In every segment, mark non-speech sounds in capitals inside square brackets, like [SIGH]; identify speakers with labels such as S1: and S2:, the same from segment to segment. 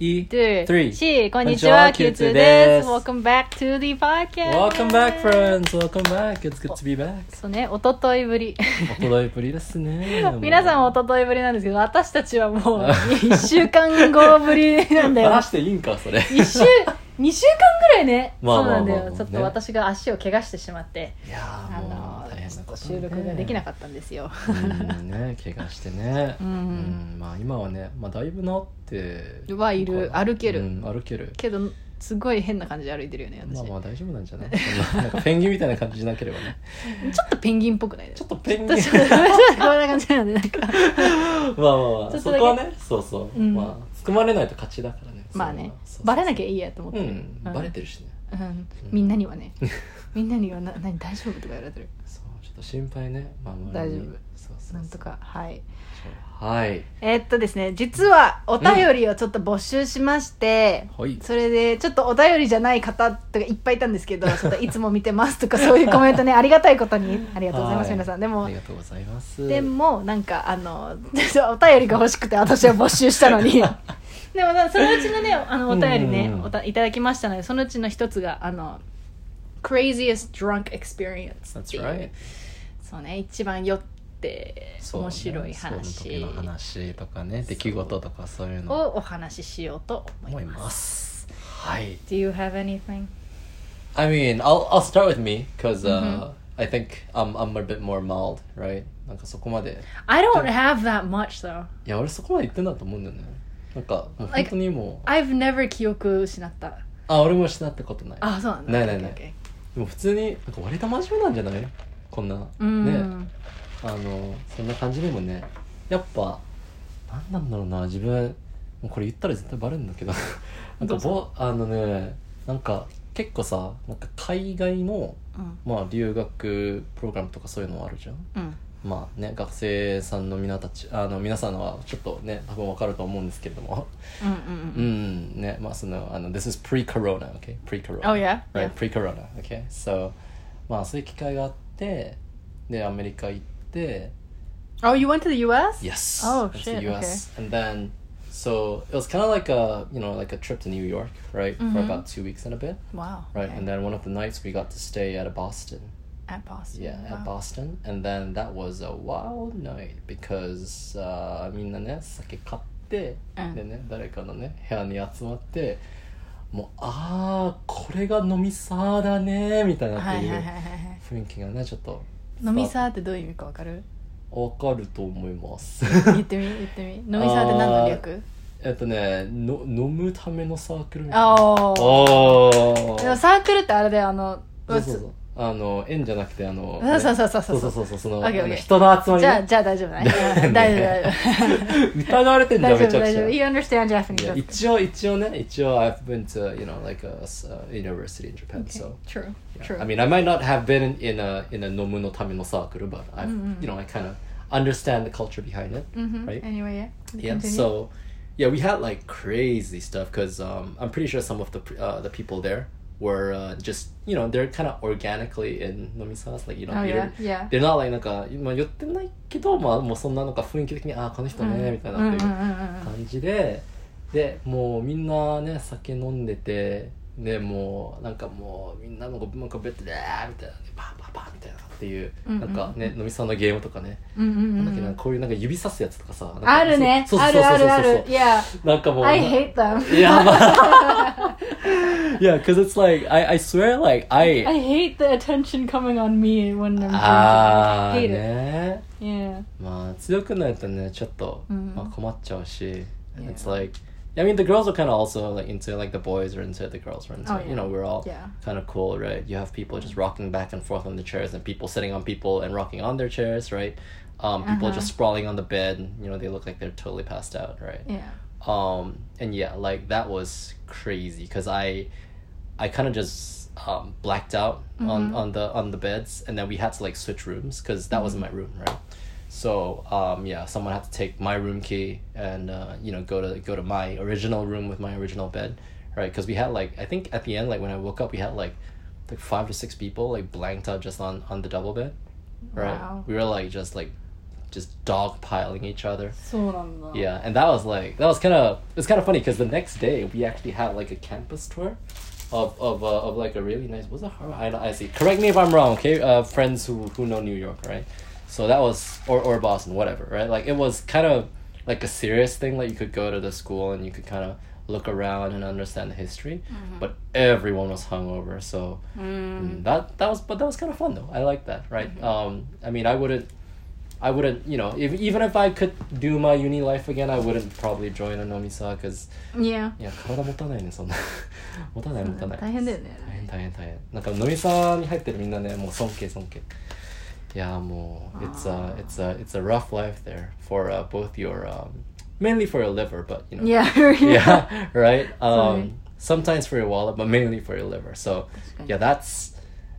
S1: E
S2: two,
S1: three.
S2: C こんにち
S1: こ
S2: は、
S1: んに
S2: キュ
S1: ちは
S2: ーツーです。
S1: キュー
S2: Welcome back to the podcast!
S1: Welcome back, friends! Welcome back! It's good to be back!
S2: そうね、おとといぶり。
S1: おとろいぶりですね。
S2: [LAUGHS] 皆さんお
S1: も
S2: とといぶりなんですけど、私たちはもう1週間後ぶりなんだ
S1: う。
S2: よ。
S1: 話していいんか、そ
S2: [LAUGHS]
S1: れ。
S2: 1週、2週間ぐらいね。
S1: ま
S2: そ
S1: あ
S2: う
S1: ま
S2: な
S1: あまあ
S2: んだ
S1: まあ
S2: よ。
S1: ね
S2: ちょっと私が足を怪我してしまって、
S1: いやー、
S2: あ
S1: も
S2: の
S1: う大変なこと、
S2: 収録ができな
S1: か
S2: かったんですよ。
S1: うん、ね、怪我してね。
S2: うん
S1: うんまあ今はね、まあだいぶ治って。
S2: はいる歩ける
S1: うん、歩ける。
S2: けど、すごい変な感じで歩いてるよね、私。
S1: まあまあ大丈夫なんじゃない [LAUGHS] そんななんかペンギンみたいな感じじゃなければね。
S2: ちょっとペンギンっぽくない
S1: ちょっとペン
S2: [LAUGHS]
S1: ギン。
S2: 私こんな感じなんで、なんか。
S1: まあまあま
S2: ち
S1: あ、
S2: ょっ
S1: そ
S2: とだけ
S1: こはね、そうそう。
S2: うん
S1: まあ、含まれないと勝ちだからね。
S2: まあ
S1: そう
S2: ね
S1: そうそう
S2: バレなきゃいいやと思って
S1: う
S2: る、
S1: ん、バレてるしね。
S2: うん、みんなには [LAUGHS] ねみんなにはな何大丈夫とか言われてる
S1: そう、ちょっと心配ね。まあまあ、
S2: 大丈夫
S1: そうそうそう
S2: なんとかはい
S1: はい。
S2: えーっとですね実はお便りをちょっと募集しまして、
S1: はい。
S2: それでちょっとお便りじゃない方とかいっぱいいたんですけど [LAUGHS] ちょっといつも見てますとかそういうコメント [LAUGHS] ねありがたいことにありがとうございます、
S1: はい
S2: 皆さんで
S1: あ
S2: も
S1: りがとうございます。[LAUGHS]
S2: でもなんかあの [LAUGHS] お便りが欲しくて私は募集したのに [LAUGHS] でもなそのうちのねあのお便り
S1: うん
S2: ね
S1: うんうん
S2: おたいただきましたのでそのうちの一つがあの Craziest Drunk Experience って
S1: That's
S2: いう、
S1: right.
S2: そうね一番酔って
S1: そうね
S2: 面白い
S1: そ
S2: 話,、
S1: の時の話とかね、出来事とかそういうの
S2: をお話ししようと思
S1: 思
S2: い
S1: い
S2: ます
S1: ます。はい。
S2: Do you have anything?
S1: I mean, I'll I'll start with me because uh,
S2: Mhm.
S1: I think I'm I'm a bit more mild, right? なんかそこまで
S2: I don't have that much though
S1: いや俺そこまで言ってんだと思うんだよね。なんかもう本
S2: Like-
S1: 当にもう
S2: I've never 記憶失った
S1: あ俺も失ったことない。
S2: あそうなんだ
S1: ないないない
S2: Okay, okay, okay.
S1: でも普通になんか割と真面目なんじゃない？こんな
S2: う
S1: ね
S2: ん、
S1: あのそんな感じでもねやっぱなんなんだろうな自分もうこれ言ったら絶対バレるんだ
S2: [LAUGHS]
S1: けどなん
S2: ど
S1: か
S2: うぞ
S1: ぼあのねなんか結構さなんか海外の
S2: うん
S1: まあ留学プログラムとかそういうのあるじゃん。
S2: うん
S1: まあね、学生さんの皆たちあの皆さんはちょっとね多分分かると思うんですけれども
S2: うんうん
S1: う
S2: うん
S1: んねまあそのあの This is pre-corona okay pre-corona
S2: Oh, yeah?
S1: right
S2: Yeah.
S1: pre-corona okay so まあそういう機会があってでアメリカ行って
S2: Oh, you went to the U.S.?
S1: Yes
S2: Oh,
S1: that's
S2: shit,
S1: the US and then so it was kind of like a you know like a trip to New York right for
S2: Mhm.
S1: about two weeks and a bit
S2: Wow.
S1: right
S2: okay.
S1: and then one of the nights we got to stay at a Boston
S2: at Boston.
S1: Yeah, at
S2: [LAUGHS] wow.
S1: Boston. And then that was a wild night because uh, みんなね、酒買って、
S2: うん
S1: でね、誰かのね、部屋に集まって、もう、あー、これが飲みさーだねーみたいな
S2: は
S1: って
S2: い
S1: い
S2: はいはいうはいはい。
S1: 雰囲気がね、ちょっと。
S2: 飲みさーってどういう意味かわかる？
S1: わかると思います。
S2: [LAUGHS]
S1: [LAUGHS]
S2: 言ってみ言ってみ。飲みさーって何の略？
S1: えっとね、の飲むためのサークルみたいな。
S2: ああ。
S1: お
S2: でも
S1: ー。
S2: サークルってあれだよあの。
S1: そうそうそう。あの、縁じゃなくて、あの、
S2: そうそうそうそう
S1: そうそうそうそう、その、
S2: オッケーオッケー
S1: 人の集まり
S2: じゃあ
S1: ね。
S2: じゃあ大
S1: [LAUGHS]
S2: 丈夫だね。
S1: ね
S2: うん大丈夫大丈
S1: 疑 [LAUGHS] われて
S2: 夫。
S1: んだよ、
S2: 大
S1: めち
S2: 丈
S1: ゃく
S2: 夫
S1: ち
S2: 大丈
S1: ゃ
S2: 夫。。You understand Japanese?
S1: Yeah, 一応一応ね一応 I've been to you know like a s- uh, university in Japan so
S2: True.
S1: yeah.
S2: True.
S1: I mean I might not have been in a in a nomu no tame no circle but I have
S2: うんうん
S1: you know I kind of understand the culture behind it
S2: Mhm.
S1: right
S2: Anyway, yeah.
S1: yeah
S2: Continue.
S1: so yeah we had like crazy stuff because um, I'm pretty sure some of the pr- uh, the people there were uh, just you know they're kind of organically in nomisas like you know
S2: Oh
S1: they
S2: yeah.
S1: don't-
S2: Yeah.
S1: でななんか、まあ、寄ってないけど、まあ、もうそんななんか雰囲気的にああこの人
S2: Mm-hmm.
S1: ね、みたいなっていう
S2: うんうんうんうんうん
S1: 感じででもうみんなね酒飲んでてでもうなんかもうみんなのなんかベッドであーみたいなパンパンパンみたいなっていう、
S2: うんうんうん
S1: なんかね飲みさんのゲームとかね、
S2: うんうんう
S1: なんだっけ
S2: んう
S1: なん
S2: ん。
S1: かこういうなんか指さすやつとかさなんか
S2: あるね。
S1: そうそ
S2: あ
S1: うそう
S2: る
S1: そう
S2: あるあ
S1: そう
S2: る。Yeah.
S1: なんかもう
S2: I
S1: [LAUGHS]
S2: hate them.
S1: い
S2: [LAUGHS]
S1: やまあ yeah because it's like I I swear like I
S2: I hate the attention coming on me when I'm drinking.
S1: あー
S2: hate it.
S1: ね
S2: Yeah.
S1: Ah, まあ強くないとねちょっと、
S2: うん
S1: まあ、困っちゃうし、
S2: Yeah.
S1: it's like I mean the girls are kind of also like into like the boys are into it, the girls are into
S2: Oh,
S1: it.
S2: yeah.
S1: you know we're all
S2: Yeah.
S1: kind of cool right you have people just rocking back and forth on the chairs and people sitting on people and rocking on their chairs right um, people
S2: Uh-huh.
S1: just sprawling on the bed you know they look like they're totally passed out right
S2: Yeah.
S1: um and yeah like that was crazy because i i kind of just um blacked out on
S2: Mhm.
S1: on the on the beds and then we had to like switch rooms because that was my room right so um yeah someone had to take my room key and uh you know go to go to my original room with my original bed right because we had like i think at the end like when i woke up we had like like five to six people like blanked out just on on the double bed right
S2: Wow.
S1: we were like just like just dog piling each other.
S2: そうなんだ
S1: Yeah, and that was like that was kind of it's kind of funny because the next day we actually had like a campus tour, of of uh, of like a really nice was it Harvard? I, don't- I see. Correct me if I'm wrong, okay? Uh, friends who who know New York, right? So that was or or Boston, whatever, right? Like it was kind of like a serious thing. Like you could go to the school and you could kind of look around and understand the history, but everyone was hungover, so.
S2: Mm-hmm.
S1: Mm, that that was but that was kind of fun though i like that right um i mean i wouldn't i wouldn't you know if even if i could do my uni life again i wouldn't probably join a nomisa because
S2: Yeah [LAUGHS]
S1: いや体持たないねそ [LAUGHS] んな持たない持たない
S2: 大変だよね
S1: 大変大変大変なんかnomisa に入ってるみんなねもう尊敬尊敬いやもう it's a
S2: Ah.
S1: it's a it's a rough life there for、uh, both your um mainly for your liver but you know
S2: Yeah
S1: [LAUGHS] yeah, right.
S2: Sorry.
S1: Um, sometimes for your wallet, but mainly for your liver. So,
S2: [LAUGHS] That's
S1: yeah,
S2: good.
S1: that's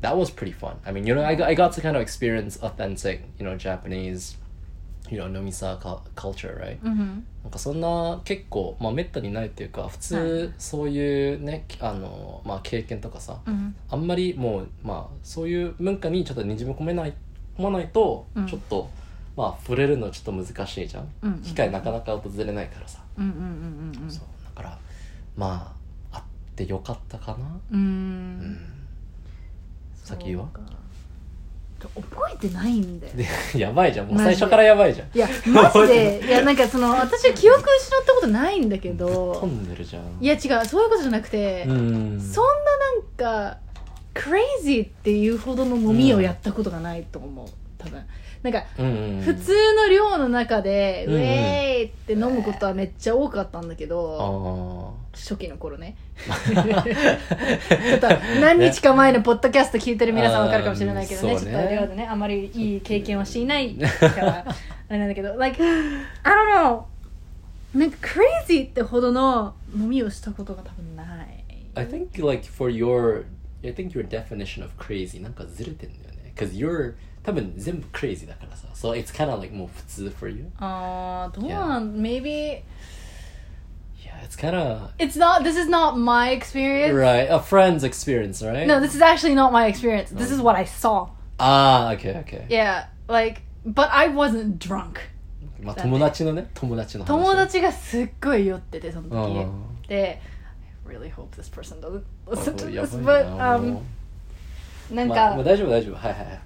S1: that was pretty fun. I mean, you know, I, got- I got to kind of experience authentic, you know, Japanese, you know, nomisa cul- culture, right?
S2: うんうん
S1: なんかそんな結構、まあ、めったにないっていうか普
S2: は
S1: 通そういうねあの、まあ、経験とかさ
S2: うん
S1: あんまりもう、まあ、そういう文化にちょっとにじみ込めない込まないと
S2: うん
S1: ちょっと、まあ触れるのちょっと難しいじゃん、
S2: うんうんうん
S1: 機会なかなか訪れないからさ、
S2: うんうんうんうん
S1: そうだからまああってよかったかな [LAUGHS]
S2: うー
S1: うんん先は
S2: そうか覚えてないんだよ
S1: でやばいじゃんもう
S2: マジ
S1: 最
S2: で
S1: 初からやばいじゃん
S2: いやマジでいやなんかその私は記憶失ったことないんだけ
S1: 飛
S2: ど
S1: んでるじゃん
S2: いや違うそういうことじゃなくて、
S1: うん
S2: そんななんかクレイジーっていうほどの飲みをやったことがないと思う多分なんか
S1: うんうん
S2: 普通の量の中で、
S1: うん
S2: ウェーイって飲むことはめっちゃ多かったんだけ
S1: あ
S2: ど、
S1: ー
S2: 初期の頃ねちょっと何日か前のポッドキャスト聞いてる皆さんわかるかもしれないけどね
S1: うんそう
S2: ち
S1: ね
S2: ょっと量でねあまりいい経験はしていないからあれなんだけど like I don't know なんかクレイジーってほどの飲みをしたことが多分ない
S1: I think like for your I think your definition of crazy なんかずれてんだよね cause you're 多分全部 crazy だからさ so it's kind of like もう普通 for you
S2: あーどうなん maybe
S1: yeah it's kind of
S2: it's not this is not my experience
S1: right a friend's experience right
S2: no this is actually not my experience this is what I saw
S1: ah okay okay
S2: yeah like but I wasn't drunk
S1: まあ友達のね友達の話 Oh.
S2: 友達がすっごい酔っててその時、
S1: うん
S2: で I really hope this person doesn't listen to
S1: あや
S2: this
S1: ば
S2: but
S1: いなも
S2: um なん
S1: う
S2: か、
S1: まあまあ大丈夫大丈夫はいはいはい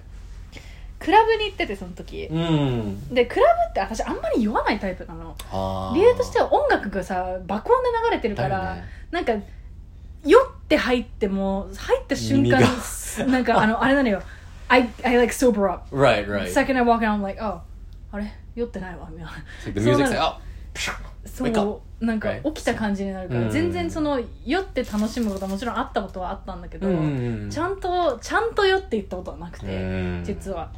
S2: クラブに行っててその時
S1: うん
S2: でクラブって私あんまり酔わないタイプなの
S1: あ
S2: 理由として
S1: は
S2: は音楽がさ爆音で流れてるから、
S1: だよね
S2: なんか酔って入っても入った瞬間
S1: 耳が
S2: なんか
S1: [LAUGHS]
S2: あのあれなのよ I, I like sober up
S1: Ah, right right
S2: second I walk out I'm like oh あれ酔ってないわみたいな
S1: like the music's
S2: そう
S1: like
S2: なの
S1: oh psh,
S2: そ
S1: wake up
S2: うなんか
S1: Right.
S2: 起きた感じになるから、
S1: うん
S2: 全然その酔って楽しむことはもちろんあったことはあったんだけど、
S1: うん
S2: ちゃんとちゃんと酔って言ったことはなくて、
S1: うん
S2: 実は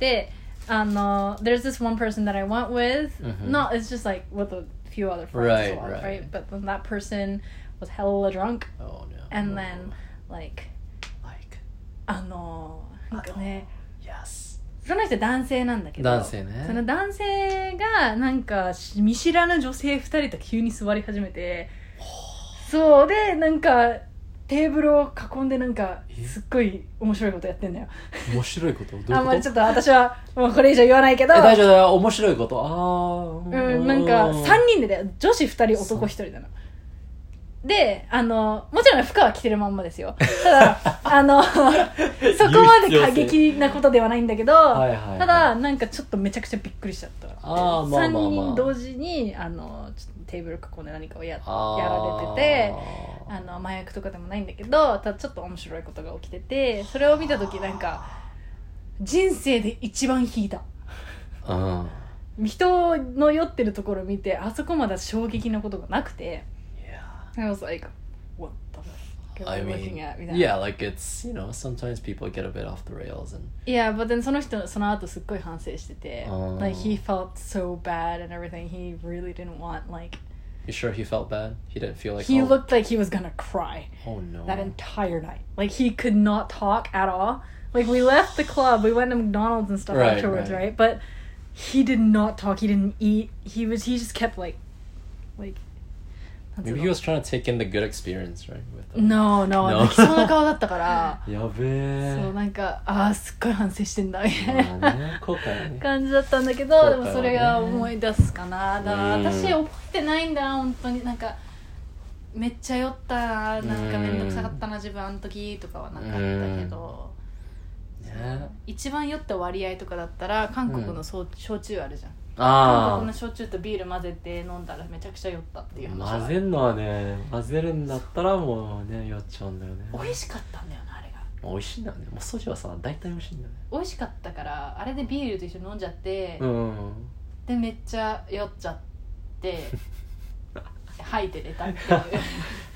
S2: であの there's this one person that I went with、
S1: Mhm.
S2: not it's just like with a few other friends
S1: Right,
S2: a lot,
S1: right.
S2: right but then that person was hella drunk
S1: oh no
S2: and then like
S1: like
S2: あのなんかね
S1: yes
S2: その人男性なんだけど
S1: 男性ね
S2: その男性がなんかし見知らぬ女性2人と急に座り始めてそうでなんかテーブルを囲んでなんか
S1: え
S2: すっごい面白いことやってんだよ
S1: 面白いことどういうこと
S2: あんまりちょっと私はもうこれ以上言わないけど
S1: え大丈夫だよ面白いことああ
S2: うん、なんか3人でだよ女子2人男1人なのであのもちろん負荷は着てるまんまですよただあ
S1: [LAUGHS]
S2: のそこまで過激なことではないんだけど
S1: いはいはい
S2: ただなんかちょっとめちゃくちゃびっくりしちゃった
S1: あーまあまあまあ
S2: 3人同時にあのちょっとテーブル囲んで何かをやや
S1: あ
S2: られ
S1: ー
S2: ててあの麻薬とかでもないんだけどただちょっと面白いことが起きててそれを見た時なんか人生で一番引いた
S1: うん
S2: 人の酔ってるところ見てあそこまで衝撃なことがなくて
S1: yeah
S2: I was like what the fuck
S1: I
S2: am I looking
S1: mean
S2: at みたいな
S1: yeah like it's you know sometimes people get a bit off the rails and
S2: Yeah, but then その人その後すっごい反省してて
S1: あー
S2: like he felt so bad and everything he really didn't want like
S1: you sure he felt bad he didn't feel like
S2: he
S1: oh,
S2: looked like he was gonna cry
S1: oh no
S2: that entire night like he could not talk at all like we left the club we went to McDonald's and stuff
S1: Right,
S2: afterwards
S1: right.
S2: right but he did not talk he didn't eat he was he just kept like like なんつう
S1: Maybe
S2: の
S1: he was trying to take in the good experience, right? With uh,
S2: No, no,
S1: No.
S2: 泣きそうな顔
S1: [LAUGHS]
S2: だったから、
S1: やべ
S2: そう、
S1: え。
S2: なんか、ああ、すっごい反省してんだ、みたい
S1: まあ
S2: な
S1: ね後悔ね
S2: 感じだったんだけ
S1: 後悔
S2: ど、
S1: は
S2: で
S1: ね
S2: もそれが思い出すかな。だから
S1: うん
S2: 私覚えてないんだな、本当に。なんか、めっちゃ酔ったな、なんかめんどくさかったな、自分あの時とかはなかったけど。
S1: ね
S2: 一番酔った割合とかだったら韓国のそう焼酎あるじゃん韓
S1: あ
S2: 国の
S1: あ。
S2: 焼酎とビール混ぜて飲んだらめちゃくちゃ酔ったっていう話
S1: 混ぜんのはね、混ぜるんだったらもうね、やっちゃうんだよね。
S2: 美味しかったんだよなあれが
S1: 美味しいんだよね。もうソジュはさ、大体美味しいんだよね。
S2: 美味しかったからあれでビールと一緒に飲んじゃって、
S1: うん。
S2: でめっちゃ酔っちゃって
S1: [LAUGHS]
S2: 吐いて出たっていう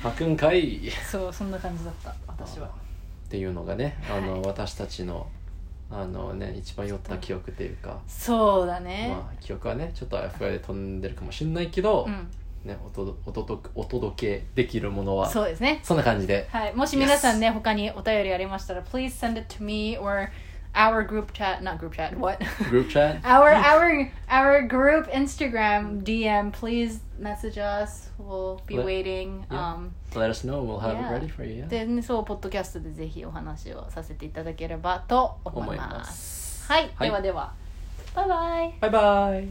S1: 吐くんかいっ
S2: そうそんな感じだった私は
S1: ていうのがね、あの、
S2: はい
S1: 私たちの、あのね、一番酔った記憶っていうか、
S2: そうだね、
S1: まあ、記憶はね、ちょっとあやふやで飛んでるかもしれないけど、
S2: うん
S1: ね、おとどおとどお届けできるものは、
S2: そうですね
S1: そんな感じで。
S2: はい、もし皆さんね、他にお便りありましたら please send it to me or our group chat not group chat what
S1: グループチャン
S2: [LAUGHS] our our our group Instagram DM. Please message us. We'll be
S1: Let-
S2: waiting.
S1: yeah.
S2: Um,
S1: Let us know. We'll have
S2: Yeah.
S1: it ready for you. yeah?
S2: で、ね、そうポッドキャストでぜひお話をさせていただければと思い
S1: 思い
S2: ま。
S1: ますす。
S2: はい、
S1: はい
S2: ではでは、バイバイ。
S1: バイバイ。